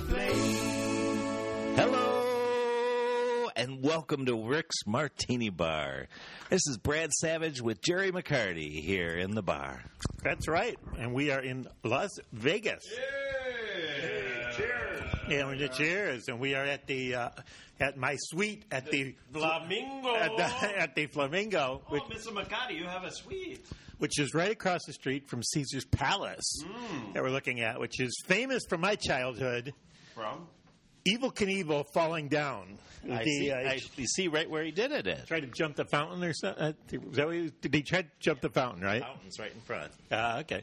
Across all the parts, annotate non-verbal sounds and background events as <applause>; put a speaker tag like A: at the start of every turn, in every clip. A: place.
B: Hello and welcome to Rick's Martini Bar. This is Brad Savage with Jerry McCarty here in the bar.
C: That's right. And we are in Las Vegas. Yeah, we did cheers, and we are at the uh, at my suite at the,
D: Flamingo.
C: at the <laughs> at the Flamingo,
E: <laughs>
D: oh,
C: which,
D: Mr. Makati, you have a suite.
C: which is right across the street from Caesar's Palace
B: Mm.
C: that we're looking at, which is famous from my childhood.
D: From?
C: Evil Knievel falling down. The,
B: I see,
C: uh,
B: I, you see right where he did it at.
C: tried to jump the fountain or something. Uh, was that what he- did he try to jump the fountain? Right.
B: Fountain's right in front.
C: Uh, okay.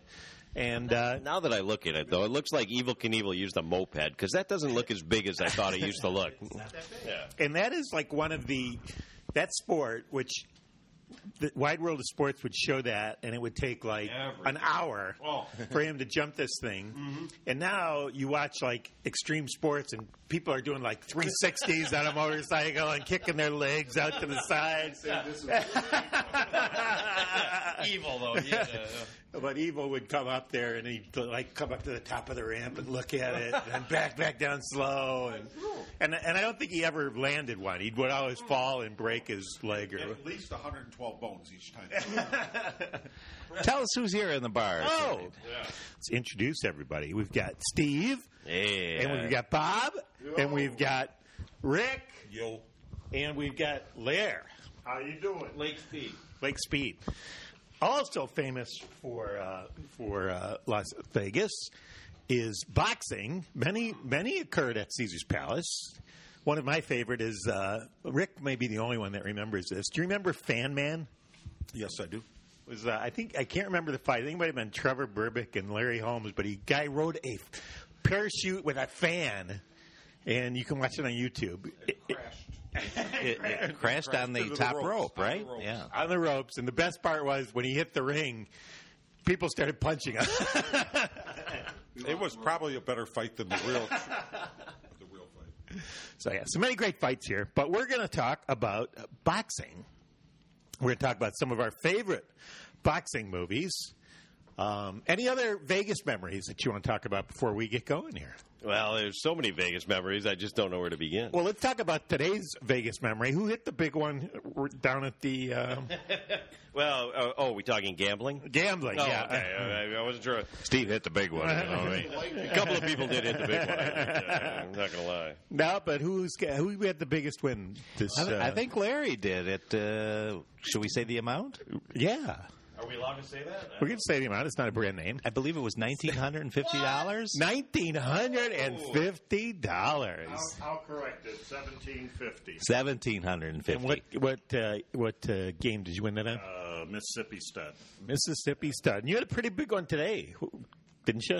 C: And uh,
F: Now that I look at it, though, it looks like Evil Knievel used a moped because that doesn't look as big as I thought it used to look.
C: and that is like one of the that sport which the wide world of sports would show that and it would take like
D: Every-
C: an hour
D: Oh.
C: for him to jump this thing and now you watch like extreme sports and people are doing like 360s on a motorcycle and kicking their legs out to the sides <laughs>
D: Evil, though. Yeah, yeah, yeah.
C: but evil would come up there and he'd like come up to the top of the ramp and look at it and then back back down slow and and, and I don't think he ever landed one. He would always fall and break his leg or
G: At least 112 bones each time.
B: <laughs> Tell us who's here in the bar.
C: Oh,
B: tonight.
C: let's introduce everybody. We've got Steve,
B: yeah.
C: and we've got Bob, and we've got Rick,
G: Yo.
C: and we've got Lair,
G: How you doing?
D: Lake Speed.
C: Lake Speed, also famous for uh, for uh, Las Vegas. Is boxing many many occurred at Caesar's Palace. One of my favorite is uh, Rick. May be the only one that remembers this. Do you remember Fan Man?
G: Yes, I do.
C: was uh, I think I can't remember the fight. I think it might have been Trevor Burbick and Larry Holmes, but he guy rode a f- parachute with a fan, and you can watch it on YouTube It- it-
B: It- it crashed on the
G: into the
B: top
G: ropes,
B: rope,
G: on the
B: right?
G: ropes.
B: Yeah.
C: on the ropes. And the best part was when he hit the ring, people started punching <laughs> him.
G: <laughs> It was probably a better fight than the <laughs> real the real fight.
C: so yeah, so many great fights here. But we're going to talk about boxing. We're going to talk about some of our favorite boxing movies. Um, any other Vegas memories that you want to talk about before we get going here?
F: Well, there's so many Vegas memories, I just don't know where to begin.
C: Well, let's talk about today's Vegas memory. Who hit the big one down at the um,
F: Well, uh, oh, we talking gambling?
C: <laughs> gambling?
F: Oh,
C: yeah.
F: okay. all right, I wasn't sure.
B: Steve hit the big one. you know what I mean?
F: <laughs> A couple of people did hit the big one. I'm not going to lie.
C: No, but who's who had the biggest win? This,
B: I, th- I
C: uh,
B: think Larry did it. Uh, should we say the amount?
C: Yeah,
D: Are we allowed to say that?
C: we're gonna say the amount. It's not a brand name.
B: I believe it was nineteen hundred and fifty dollars.
C: Nineteen hundred and fifty dollars.
E: I'll correct it. Seventeen fifty.
B: Seventeen hundred and
C: And what
B: fifty.
C: what uh, what uh, game did you win that on?
E: Uh, Mississippi Stud.
C: Mississippi Stud. And you had a pretty big one today, who- didn't you?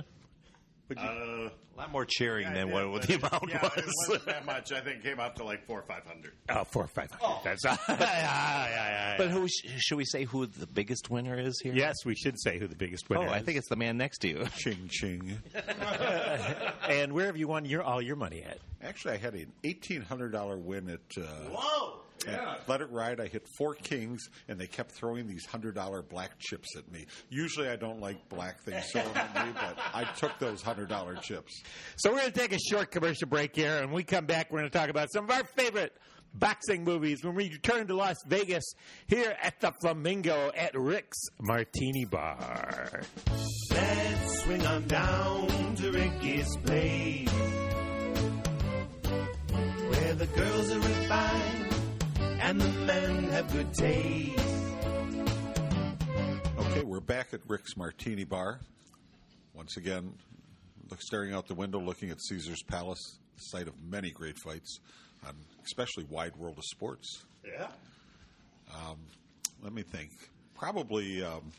E: Uh,
B: A lot more cheering
E: I
B: than
E: did,
B: what
E: but
B: the
E: it-
B: amount
E: yeah, It
B: was.
E: wasn't that much. I think it came out to like four or five hundred.
C: Oh, four or five hundred. That's <laughs>
B: But who sh- should we say who the biggest winner is here?
C: yes, we should say who the biggest
B: Oh,
C: winner.
B: I
C: is.
B: think it's the man next to you.
G: <laughs> Ching ching.
C: And where have you won your all your money at?
G: Actually, I had an eighteen hundred dollar win at. Uh,
D: Whoa!
G: at Let it ride. I hit four kings, and they kept throwing these hundred dollar black chips at me. Usually, I don't like black things thrown at me, but I took those hundred dollar chips.
C: So we're going to take a short commercial break here, and when we come back, we're going to talk about some of our favorite boxing movies when we return to Las Vegas here at the Flamingo at Rick's Martini Bar.
A: Let's swing on down to Ricky's place. Where the girls are refined and the men have good taste.
G: Okay, we're back at Rick's Martini Bar. Once again, look, staring out the window, looking at Caesar's Palace, the site of many great fights, on especially wide world of sports.
E: Yeah.
G: Let me think. Probably, um,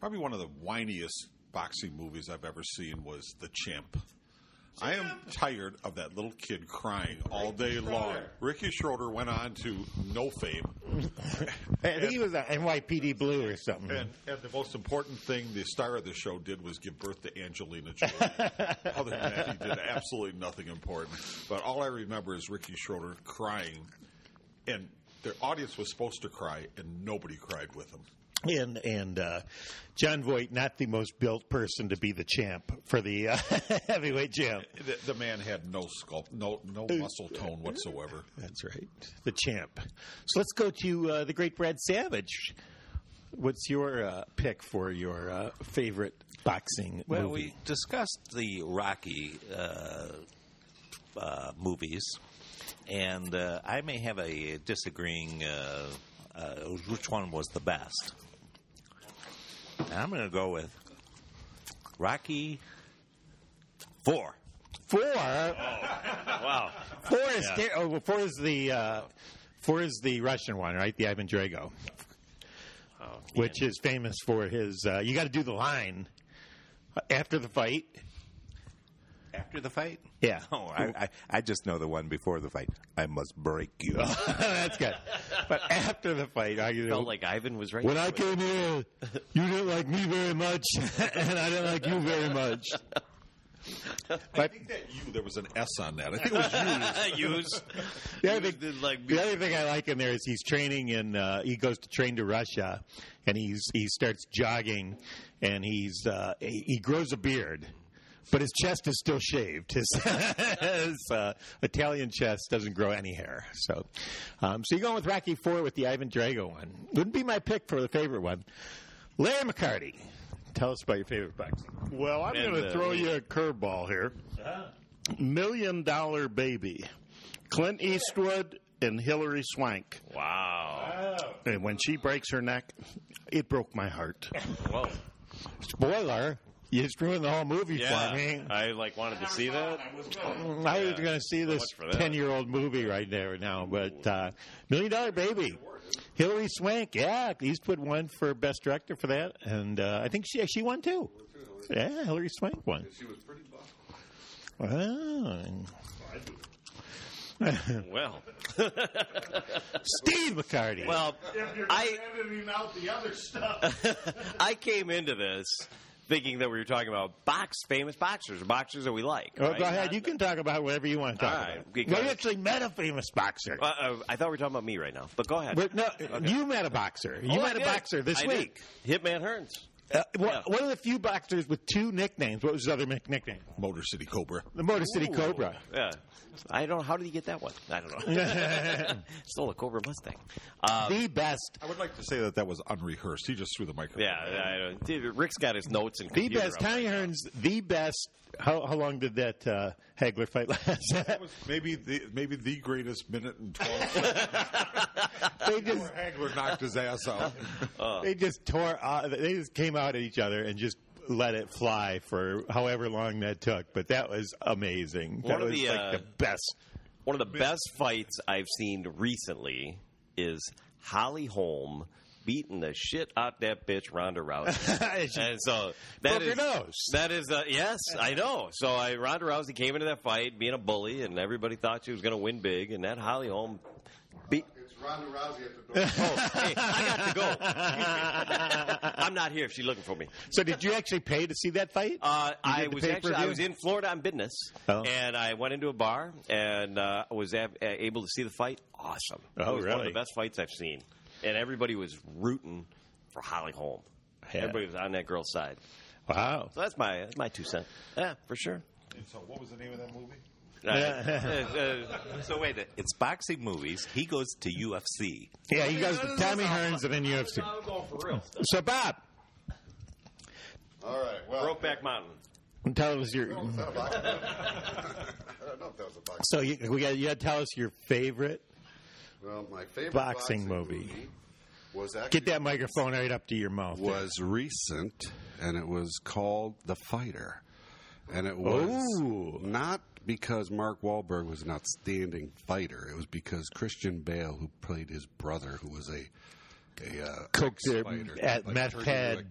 G: probably one of the whiniest boxing movies I've ever seen was The Champ. I am tired of that little kid crying all day long. Ricky Schroeder went on to no fame.
C: And he was a NYPD Blue or something.
G: And, and the most important thing the star of the show did was give birth to Angelina
E: <laughs>
G: Jolie. Other than that, he did absolutely nothing important. But all I remember is Ricky Schroeder crying, and the audience was supposed to cry, and nobody cried with him.
C: and and uh, John Voight, not the most built person to be the champ for the uh, <laughs> heavyweight champ.
G: The, the man had no sculpt, no no muscle tone
E: <laughs>
G: whatsoever.
C: That's right, the champ. So let's go to uh, the great Brad Savage. What's your uh, pick for your uh, favorite boxing
B: Well,
C: movie?
B: we discussed the Rocky uh, uh, movies, and uh, I may have a disagreeing uh, uh, which one was the best. And I'm going to go with Rocky 4.
C: Four. wow. Four is ter- oh, well, four is the uh, four is the Russian one, right? The Ivan Drago,
B: Oh,
C: which is famous for his. Uh, you got to do the line after the fight.
B: After the fight?
C: Yeah,
B: <laughs> Oh, I, I, I just know the one before the fight. I must break
C: <laughs>
B: you. <laughs>
C: that's good. But after the fight, I
F: Felt Oh, like Ivan was right.
C: when
F: there
C: I
F: with-
C: came here, you didn't like me very much, <laughs> and I didn't like you very
B: <laughs>
C: much.
G: I think that you there was an S on that. I think it
E: <laughs>
F: <laughs>
G: was
F: Use.
C: The other, thing,
F: did like
C: <laughs> the other thing I like in there is he's training and uh, he goes to train to Russia, and he's he starts jogging, and he's uh, he, he grows a beard, but his chest is still shaved. His, <laughs> his uh, Italian chest doesn't grow any hair. So, um, so you're going with Rocky Four with the Ivan Drago one. Wouldn't be my pick for the favorite one. Larry McCarty, tell us about your favorite boxing.
H: Well, I'm going to
F: uh, Uh-huh.
H: throw you a curveball here. Million Dollar Baby, Clint Eastwood and Hilary Swank.
F: Wow.
H: And when she breaks her neck, it broke my heart.
F: Whoa.
C: Spoiler. You just ruined the whole movie
F: Yeah.
C: for me.
F: I like wanted to see that.
C: Mm, I was going to see this
F: much for that.
C: ten-year-old movie right there now, but uh, Million Dollar Baby, Hilary Swank, yeah, Eastwood won for Best Director for that, and uh, I think she she won too. Yeah, Hilary Swank won. She was pretty buff.
F: Well.
C: Steve McCarty.
F: Well,
E: If you're
F: I- <laughs>
E: editing out the other stuff,
F: I came into this thinking that we were talking about box famous boxers, boxers that we like.
C: Well,
F: right?
C: Oh, go ahead.
F: Not-
C: You can talk about whatever you want to talk
F: All right,
C: about.
F: because-
C: Well, you actually met a famous boxer.
F: Uh, uh, I thought we were talking about me right now, but go ahead.
C: <laughs> But no, you met a boxer.
F: Oh,
C: You
F: I
C: met a
F: did.
C: boxer this
F: I did.
C: week.
F: Hitman Hearns.
C: Uh, one, one of the few boxers with two nicknames. What was his other nick- nickname?
G: Motor City Cobra.
C: The Motor City Cobra.
F: Yeah. I don't know. How did he get that one? I don't know. <laughs> Stole a Cobra Mustang. Uh,
C: the best.
G: I would like to say that that was unrehearsed. He just threw the microphone.
F: yeah, I don't, dude, Rick's got his notes and
C: The
F: computer
C: best.
F: up.
C: Tiny Hearns, the best. How, how long did that uh, Hagler fight last?
G: That was maybe the maybe the greatest minute and twelve
E: <laughs>
G: seconds
C: <laughs> they just
G: where Hagler knocked his ass
F: <laughs>
G: out.
C: they just tore. Uh, they just came out at each other and just let it fly for however long that took. But that was amazing.
F: One
C: that
F: of
C: was
F: the,
C: like
F: uh,
C: the best. <laughs>
F: One of the best fights I've seen recently is Holly Holm beating the shit out that bitch Ronda
C: <laughs>
F: Rousey.
C: It's just-
F: And so that
C: Broke your
F: is-
C: nose.
F: that is uh, yes, I know. So I Ronda Rousey came into that fight being a bully, and everybody thought she was going to win big, and that Holly Holm beat.
I: It's Ronda Rousey at the door.
F: Oh, hey, I got to go. <laughs> I'm not here if she's looking for me.
C: so did you actually pay to see that fight?
F: Uh,
C: You
F: I
C: did the
F: was actually I
C: pay-per-view?
F: was in Florida on business,
C: Oh.
F: and I went into a bar and uh, was ab- a- able to see the fight. Awesome!
C: Oh,
F: it was One of
C: really?
F: the best fights I've seen, and everybody was rooting for Holly Holm.
C: Yeah.
F: Everybody was on that girl's side.
C: wow.
F: So that's my that's my two cents. Yeah, for sure.
G: And so, what was the name of that movie?
F: Uh, <laughs> uh, uh,
B: So wait, it's boxing movies. He goes to UFC.
C: Yeah, he goes with Tommy Hearns and then UFC. So Bob,
I: All right. Well,
F: Brokeback Mountain.
C: tell us your.
I: was that a box? <laughs> I don't know if that was a box.
C: So you, we got you got to tell us your favorite.
I: Well, my favorite
C: Boxing
I: boxing,
C: movie.
I: was actually
C: Get that microphone right up to your mouth.
I: was recent, and it was called The Fighter, and it was
C: Ooh.
I: not because Mark Wahlberg was an outstanding fighter. It was because Christian Bale, who played his brother, who was a a uh,
C: coked their,
I: ex-fighter,
C: at
I: like,
C: meth
I: turned into a
C: head,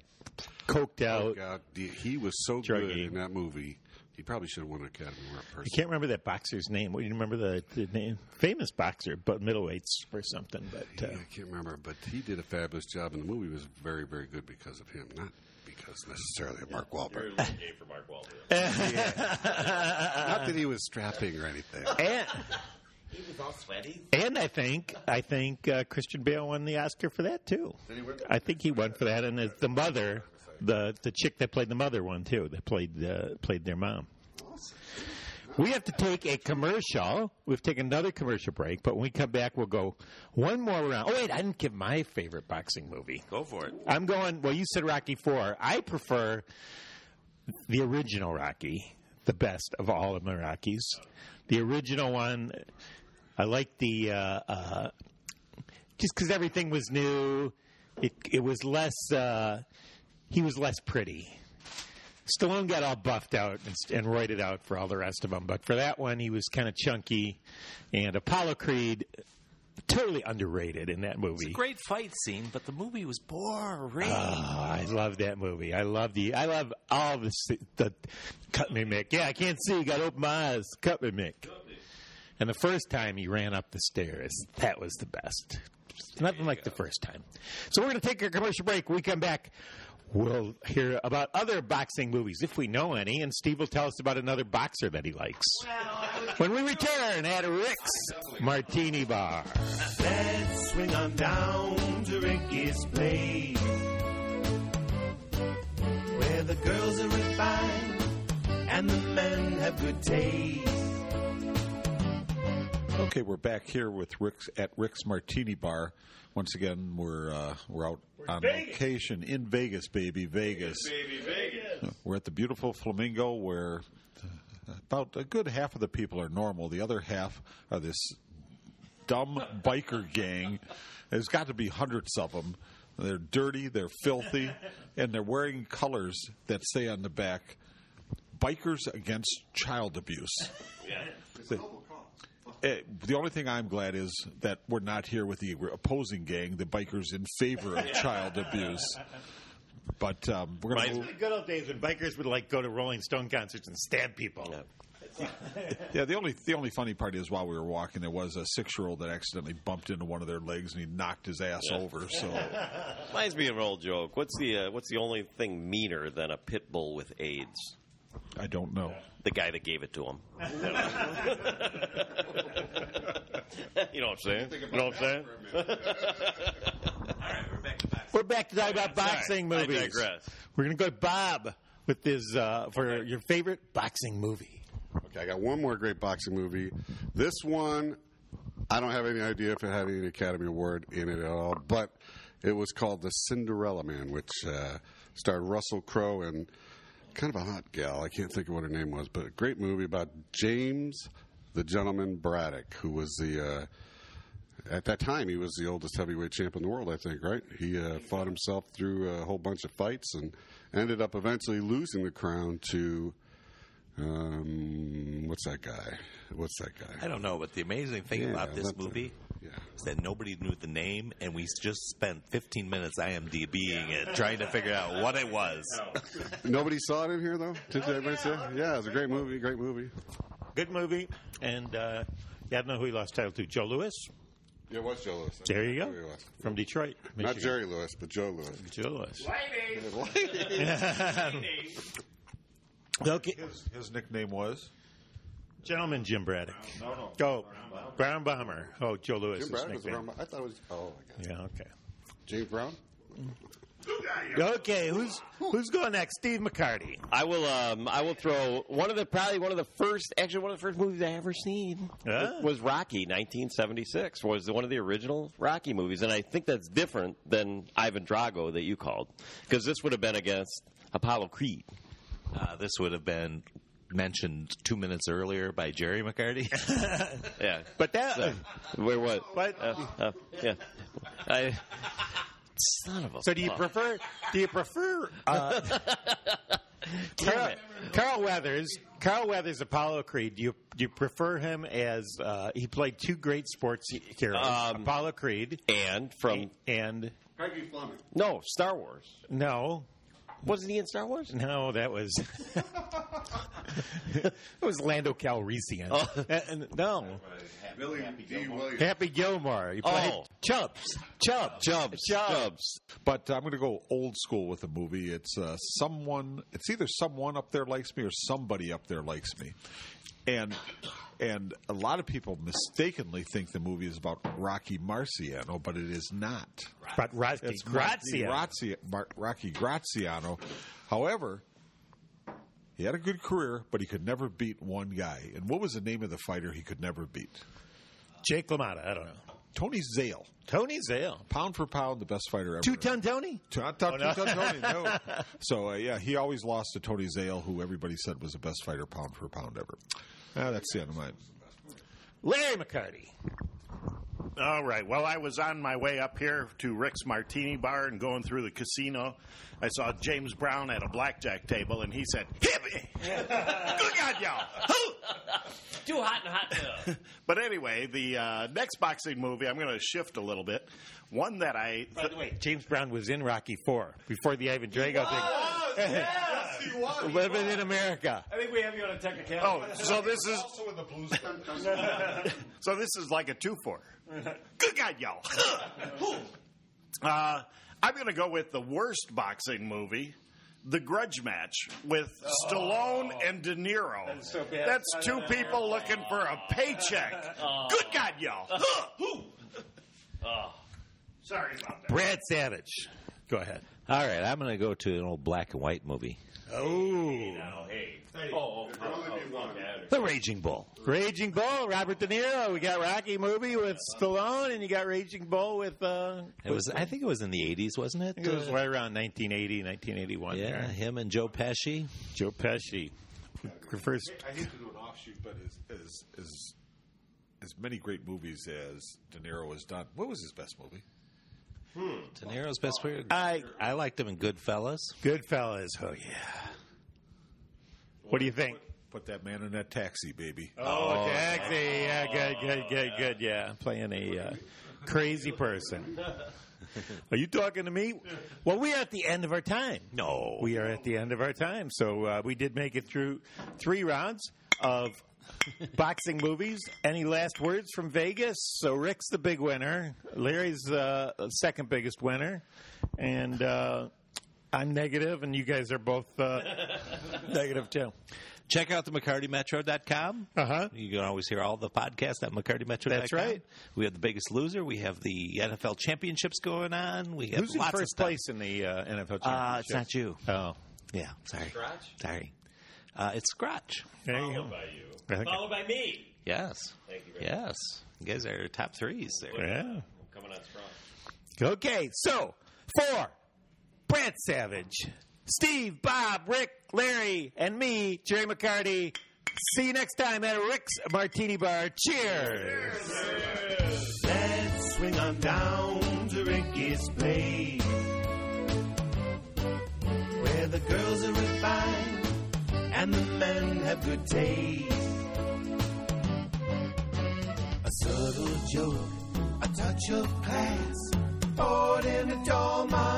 C: coked out.
I: Oh, God, the- he was so good
C: Druggie.
I: in that movie. He He probably should have won an Academy Award person.
C: I can't remember that boxer's name. Well, you remember the, the name? Famous boxer, but middleweights or something. But uh,
I: Yeah, I can't remember, but he did a fabulous job, and the movie was very, very good because of him, not because necessarily of Mark Wahlberg.
D: Game for Mark Wahlberg.
I: not that he was strapping or anything.
C: and
D: He was all sweaty.
C: and I think I think uh, Christian Bale won the Oscar for that too. I think he won for that, and it's the mother, the the chick that played the mother, won too. That played uh, played their mom. We have to take a commercial. We've taken another commercial break, but when we come back, we'll go one more round. Oh wait, I didn't give my favorite boxing movie.
B: Go for it.
C: I'm going. Well, you said Rocky Four. I prefer the original Rocky, the best of all of my Rockies. The original one. I like the uh, uh, just because everything was new. It it was less. Uh, he was less pretty. Stallone got all buffed out and, and roided out for all the rest of them, but for that one, he was kind of chunky. And Apollo Creed, totally underrated in that movie.
B: Great fight scene, but the movie was boring.
C: Ah, I love that movie. I love the. I love all the s- the cut me Mick. Yeah, I can't see. Got to open my eyes. Cut me Mick. And the first time he ran up the stairs, that was the best. Nothing like the first time. So we're going to take a commercial break. When we come back. We'll hear about other boxing movies if we know any, and Steve will tell us about another boxer that he likes. When we return at Rick's Martini Bar.
A: Let's swing on down to Ricky's place. Where the girls are refined and the men have good taste.
G: Okay, we're back here with Rick's at Rick's Martini Bar. Once again, we're uh, we're out on location in Vegas, baby, Vegas.
E: Baby Vegas.
G: We're at the beautiful Flamingo, where about a good half of the people are normal. The other half are this dumb biker gang. There's got to be hundreds of them. They're dirty, they're filthy, and they're wearing colors that say on the back, "Bikers Against Child Abuse." Eh, the only thing I'm glad is that we're not here with the opposing gang, the bikers in favor of child abuse. But um, we're going
C: It's
G: to.
C: the good old days when bikers would like go to Rolling Stone concerts and stab people.
G: Yeah, the only the only funny part is while we were walking, there was a six year old that accidentally bumped into one of their legs and he knocked his ass over. So
F: Reminds me of an old joke. What's the uh, What's the only thing meaner than a pit bull with AIDS?
G: I don't know.
F: The guy that gave it to him. <laughs> you know what I'm saying? You know what I'm saying?
C: We're back to talk about boxing
F: Sorry,
C: movies.
F: I digress.
C: We're going to go to Bob with his uh, for your favorite boxing movie.
I: Okay, I got one more great boxing movie. This one, I don't have any idea if it had any Academy Award in it at all, but it was called The Cinderella Man, which uh, starred Russell Crowe and kind of a hot gal. I can't think of what her name was, but a great movie about James the Gentleman Braddock, who was the. Uh, at that time, he was the oldest heavyweight champ in the world, I think, right? He uh, fought himself through a whole bunch of fights and ended up eventually losing the crown to um, what's that guy? What's that
B: I
I: guy?
B: don't know, but the amazing thing
I: Yeah,
B: about this
I: that's-
B: movie
I: Yeah.
B: is that nobody knew the name, and we just spent 15 minutes IMDBing it, trying to figure out what it was.
I: Nobody saw it in here though. Did everybody see it? Yeah, it was a great movie. Great movie.
C: Good movie. And uh, yeah, I don't know who he lost title to. Joe Lewis
I: Yeah, it was Joe Lewis.
C: There you go.
I: Who he was.
C: from Detroit.
I: Not
C: Michigan.
I: Jerry Lewis, but Joe Lewis. <laughs>
C: Joe Lewis. <laughs> okay.
G: His, his nickname was
C: Gentleman Jim Braddock.
E: No, no.
C: Go. Brown Bomber. Oh, Joe Lewis.
I: Jim
C: is
I: Brown was
C: nickname.
I: around. I thought it was. Oh my God.
C: Yeah, okay.
I: James Brown.
C: Okay, who's who's going next? Steve McCarty.
F: I will. Um, I will throw one of the probably one of the first, actually one of the first movies I ever seen
C: Ah.
F: was Rocky, 1976. Was one of the original Rocky movies, and I think that's different than Ivan Drago that you called because this would have been against Apollo Creed.
B: Uh, this would have been mentioned two minutes earlier by Jerry McCarty.
F: Yeah,
C: But that
F: So, where what?
C: but
F: Uh, yeah, I. Son of a.
C: So do you prefer? Do you prefer? Uh,
F: <laughs>
C: Carl, Carl Weathers. Carl Weathers, Apollo Creed. Do you do you prefer him as uh, he played two great sports heroes,
F: Um,
C: Apollo Creed
F: and from
C: and
I: Harvey Fleming.
F: no Star Wars.
C: no,
F: Wasn't he in Star Wars?
C: No, that was <laughs> that was Lando Calrissian.
F: Oh.
C: Uh, and- no,
I: Billy D. Williams.
C: Happy Gilmore. He played
F: Oh.
C: Chubbs. Chubbs.
G: Jobs.
F: Jobs.
G: But I'm going to go old school with the movie. It's uh, someone. It's either someone up there likes me or somebody up there likes me, and and a lot of people mistakenly think the movie is about Rocky Marciano, but it is not.
C: But Rocky
G: It's
C: Graziano.
G: Rocky, Grazi- Mar- Rocky Graziano. However, he had a good career, but he could never beat one guy. And what was the name of the fighter he could never beat?
C: Jake LaMotta. I don't know.
G: Tony Zale,
C: Tony Zale.
G: pound for pound, the best fighter ever.
C: Two ton Tony.
G: Not Top Two Ton Tony, no. <laughs> So uh, yeah, he always lost to Tony Zale, who everybody said was the best fighter pound for pound ever. Ah, that's the end of mine.
C: Larry McCarty.
H: All right. Well, I was on my way up here to Rick's Martini Bar and going through the casino. I saw James Brown at a blackjack table, and he said, "Hit me!
D: <laughs>
H: Good God, y'all!" Hoo!"
D: Too hot and hot tub.
H: <laughs> But anyway, the uh, next boxing movie, I'm going to shift a little bit. One that I
D: By the way,
C: James Brown was in Rocky Four before the Ivan Drago thing. <laughs>
G: yes, he was.
C: Living in America.
D: I think we have you on a technicality.
H: oh, so this is
G: also in the Blues.
I: <laughs>
H: so this is like a two four. Good God, y'all! <laughs> uh, I'm going to go with the worst boxing movie. The Grudge Match with Stallone and De Niro. That's,
D: Oh. so bad. Oh.
H: two people looking for a paycheck. Good God, y'all! Sorry about that.
C: Brad Savage. Go ahead.
B: <laughs> All right, I'm going to go to an old black and white movie,
D: Oh, hey. Oh, oh, oh, oh, oh, yeah.
B: The Raging Bull.
C: Raging Bull, Robert De Niro. We got Rocky movie with Stallone, and you got Raging Bull with. Uh,
B: It was, I think, it was in the '80s, wasn't it?
C: I think it was
B: Uh,
C: right around 1980, 1981.
B: yeah,
C: there.
B: him and Joe Pesci.
C: Joe Pesci. First,
G: I hate to do an offshoot, but as as as as many great movies as De Niro has done, what was his best movie?
B: De Niro's best player.
C: I
B: I liked him in Goodfellas.
C: Goodfellas. Oh yeah. What do you think?
G: Put that man in that taxi, baby.
C: Oh, taxi. Yeah, good, good, good, good. Yeah, playing a uh, crazy <laughs> person. Are you talking to me? Well, we are at the end of our time. No, we are at the end of our time. So uh, we did make it through three rounds of <laughs> boxing movies. Any last words from Vegas? So Rick's the big winner. Larry's uh, the second biggest winner, and uh, I'm negative, and you guys are both <laughs> uh, negative too.
B: Check out the McCartyMetro.com.
C: Uh huh.
B: You can always hear all the podcasts at McCartyMetro.com.
C: That's right.
B: We have the Biggest Loser. We have the NFL Championships going on. We have
C: Who's in
B: lots of
C: first
B: stuff.
C: place in the uh, NFL championship?
B: Uh, it's not you.
C: Oh,
B: Yeah, sorry. Scratch? Sorry. Uh, it's Scratch.
C: there you go.
D: Followed by you.
C: I think-
D: Followed by me.
B: Yes.
D: Thank you very much.
B: Yes. You guys are top threes there.
C: Yeah.
D: Coming on strong.
C: Okay, so for Brad Savage, Steve, Bob, Rick, Larry, and me, Jerry McCarty. See you next time at Rick's Martini Bar. Cheers.
A: Let's swing on down to Ricky's place. Where the girls are refined and the men have good taste. A subtle joke, a touch of class, poured in a dorm.